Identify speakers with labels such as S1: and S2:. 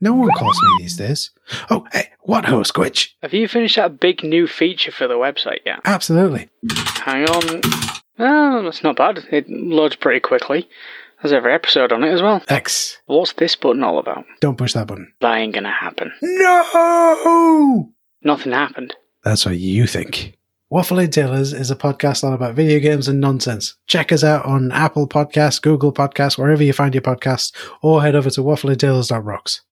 S1: No one calls me these days. Oh, hey, what horse, Quitch?
S2: Have you finished that big new feature for the website yet?
S1: Absolutely.
S2: Hang on. Oh, that's not bad. It loads pretty quickly. There's every episode on it as well.
S1: X.
S2: What's this button all about?
S1: Don't push that button.
S2: That ain't gonna happen.
S1: No!
S2: Nothing happened.
S1: That's what you think. Waffle in Tailors is a podcast all about video games and nonsense. Check us out on Apple Podcasts, Google Podcasts, wherever you find your podcasts, or head over to waffleintailors.rocks.